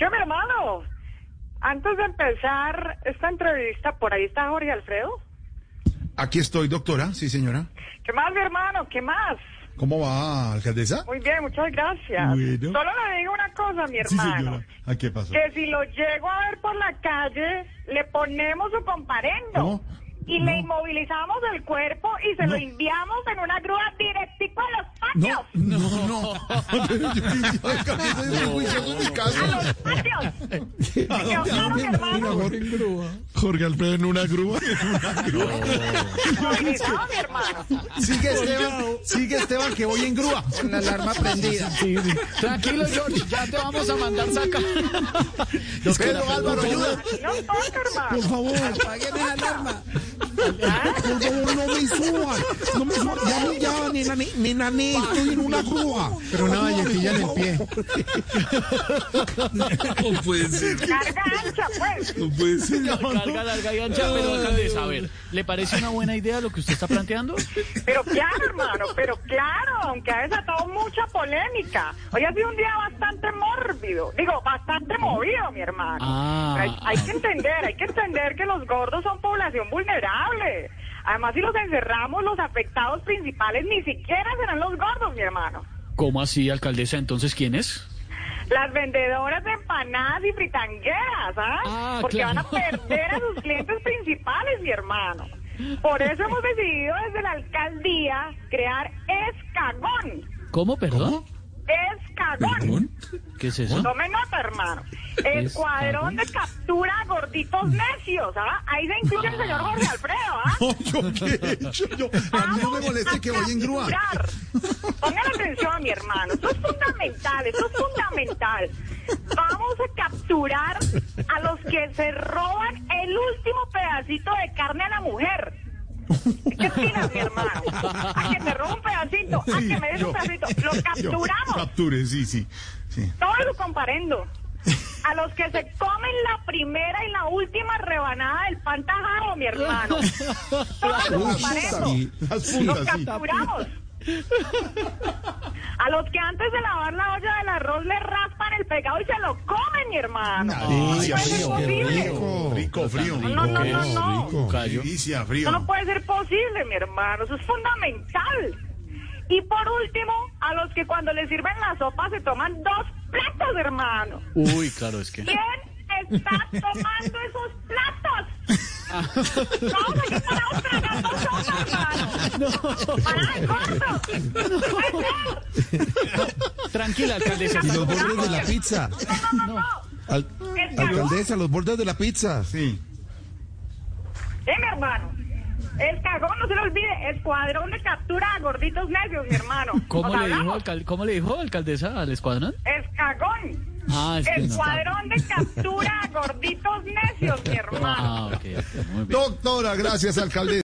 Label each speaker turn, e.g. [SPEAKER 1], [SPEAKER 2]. [SPEAKER 1] Yo, mi hermano, antes de empezar esta entrevista, por ahí está Jorge Alfredo.
[SPEAKER 2] Aquí estoy, doctora. Sí, señora.
[SPEAKER 1] ¿Qué más, mi hermano? ¿Qué más?
[SPEAKER 2] ¿Cómo va, alcaldesa?
[SPEAKER 1] Muy bien, muchas gracias.
[SPEAKER 2] Bueno.
[SPEAKER 1] Solo le digo una cosa, mi
[SPEAKER 2] Sí,
[SPEAKER 1] hermano.
[SPEAKER 2] señora. ¿A qué pasó?
[SPEAKER 1] que si lo llego a ver por la calle, le ponemos su comparendo.
[SPEAKER 2] No,
[SPEAKER 1] Y
[SPEAKER 2] no.
[SPEAKER 1] le inmovilizamos el cuerpo y se
[SPEAKER 2] No.
[SPEAKER 1] lo enviamos en una grúa directico a los patios.
[SPEAKER 2] No, no, no. Pero yo qué hice, alcaldesa, yo estoy juiciando mi
[SPEAKER 1] A
[SPEAKER 2] caso.
[SPEAKER 1] los patios.
[SPEAKER 2] ¿A
[SPEAKER 1] quedó
[SPEAKER 2] dónde
[SPEAKER 1] claro, mi hermano.
[SPEAKER 2] Jorge, Jorge Alfredo en una grúa.
[SPEAKER 1] Inmovilizado, mi hermano.
[SPEAKER 2] Sigue Esteban, sigue Esteban que voy en grúa. Con la alarma prendida.
[SPEAKER 3] Tranquilo, George, ya te vamos a mandar saca.
[SPEAKER 2] Pedro Álvaro, ayuda.
[SPEAKER 1] No toca,
[SPEAKER 2] Por
[SPEAKER 1] hermano.
[SPEAKER 2] favor,
[SPEAKER 4] Apaguen la alarma.
[SPEAKER 2] por favor, no me suban. No me suban. Ya, ni- ya, nena, ni- nena, ni, estoy en una grúa. Pero una valletilla en el pie.
[SPEAKER 5] No puede ser,
[SPEAKER 1] Carga ancha, pues.
[SPEAKER 5] no puede ser.
[SPEAKER 3] Carga larga y ancha, pero alcaldesa, a ver, ¿le parece una buena idea lo que usted está planteando?
[SPEAKER 1] Pero claro, hermano, pero claro, aunque ha desatado mucha polémica. Hoy ha sido un día bastante mórbido, digo, bastante movido, mi hermano.
[SPEAKER 3] Ah.
[SPEAKER 1] Pero Hay, hay que entender, hay que entender que los gordos son población vulnerable. Además, si los encerramos, los afectados principales ni siquiera serán los gordos, mi hermano.
[SPEAKER 3] ¿Cómo así, alcaldesa? Entonces, ¿quién es?
[SPEAKER 1] Las vendedoras de empanadas y fritangueras, ¿ah?
[SPEAKER 3] Ah,
[SPEAKER 1] Porque
[SPEAKER 3] claro.
[SPEAKER 1] van a perder a sus clientes principales, mi hermano. Por eso hemos decidido desde la alcaldía crear Escagón.
[SPEAKER 3] ¿Cómo, perdón?
[SPEAKER 1] Escagón.
[SPEAKER 3] ¿Qué es eso?
[SPEAKER 1] Tomen nota, hermano. Escuadrón de captura a gorditos necios, ¿ah? Ahí se incluye el señor Jorge Alfredo, ¿ah?
[SPEAKER 2] No, yo qué he hecho. Yo, a mí no me
[SPEAKER 1] Vamos
[SPEAKER 2] moleste
[SPEAKER 1] a
[SPEAKER 2] que voy en grúa.
[SPEAKER 1] capturar. Pongan atención, mi hermano. Esto es fundamental, esto es fundamental. Vamos a capturar a los que se roban el último pedacito de carne a la mujer. ¿Qué opinas, mi hermano? A que me roba un pedacito, a que me des un pedacito. Lo capturamos.
[SPEAKER 2] Capture, sí, sí. sí.
[SPEAKER 1] Todo lo comparendo. A los que se comen la primera y la última rebanada del pan tajado, mi hermano. Todo lo comparendo.
[SPEAKER 2] Sí, Las
[SPEAKER 1] Los
[SPEAKER 2] puntas, sí.
[SPEAKER 1] capturamos. A los que antes de lavar la olla del arroz le raspan el pegado y se lo comen, mi hermano.
[SPEAKER 2] Delicia,
[SPEAKER 1] no es
[SPEAKER 2] frío, qué
[SPEAKER 1] posible.
[SPEAKER 2] rico, rico, frío.
[SPEAKER 1] No, no, no, no.
[SPEAKER 2] Rico,
[SPEAKER 3] Callo.
[SPEAKER 2] Delicia,
[SPEAKER 1] Eso no
[SPEAKER 2] frío.
[SPEAKER 1] puede ser posible, mi hermano. Eso es fundamental. Y por último, a los que cuando les sirven la sopa se toman dos platos, hermano.
[SPEAKER 3] Uy, claro, es que.
[SPEAKER 1] ¿Quién está tomando esos platos? Vamos aquí parados tragando sopa, hermano. Pará de corto. No puede ser.
[SPEAKER 3] Tranquila, alcaldesa.
[SPEAKER 1] Y
[SPEAKER 6] Los bordes de la pizza.
[SPEAKER 1] No, no, no.
[SPEAKER 6] Al- alcaldesa, los bordes de la pizza.
[SPEAKER 2] Sí.
[SPEAKER 1] Eh, mi hermano. El cagón, no se lo olvide, escuadrón de captura a gorditos necios, mi hermano.
[SPEAKER 3] ¿Cómo
[SPEAKER 1] Nos
[SPEAKER 3] le, dijo,
[SPEAKER 1] hablamos.
[SPEAKER 3] alcal- ¿Cómo le dijo alcaldesa al escuadrón?
[SPEAKER 1] Escagón.
[SPEAKER 3] Ah, es que no.
[SPEAKER 1] Escuadrón de captura a gorditos necios, mi hermano.
[SPEAKER 3] Ah, ok, ok, muy bien.
[SPEAKER 2] Doctora, gracias, alcaldesa.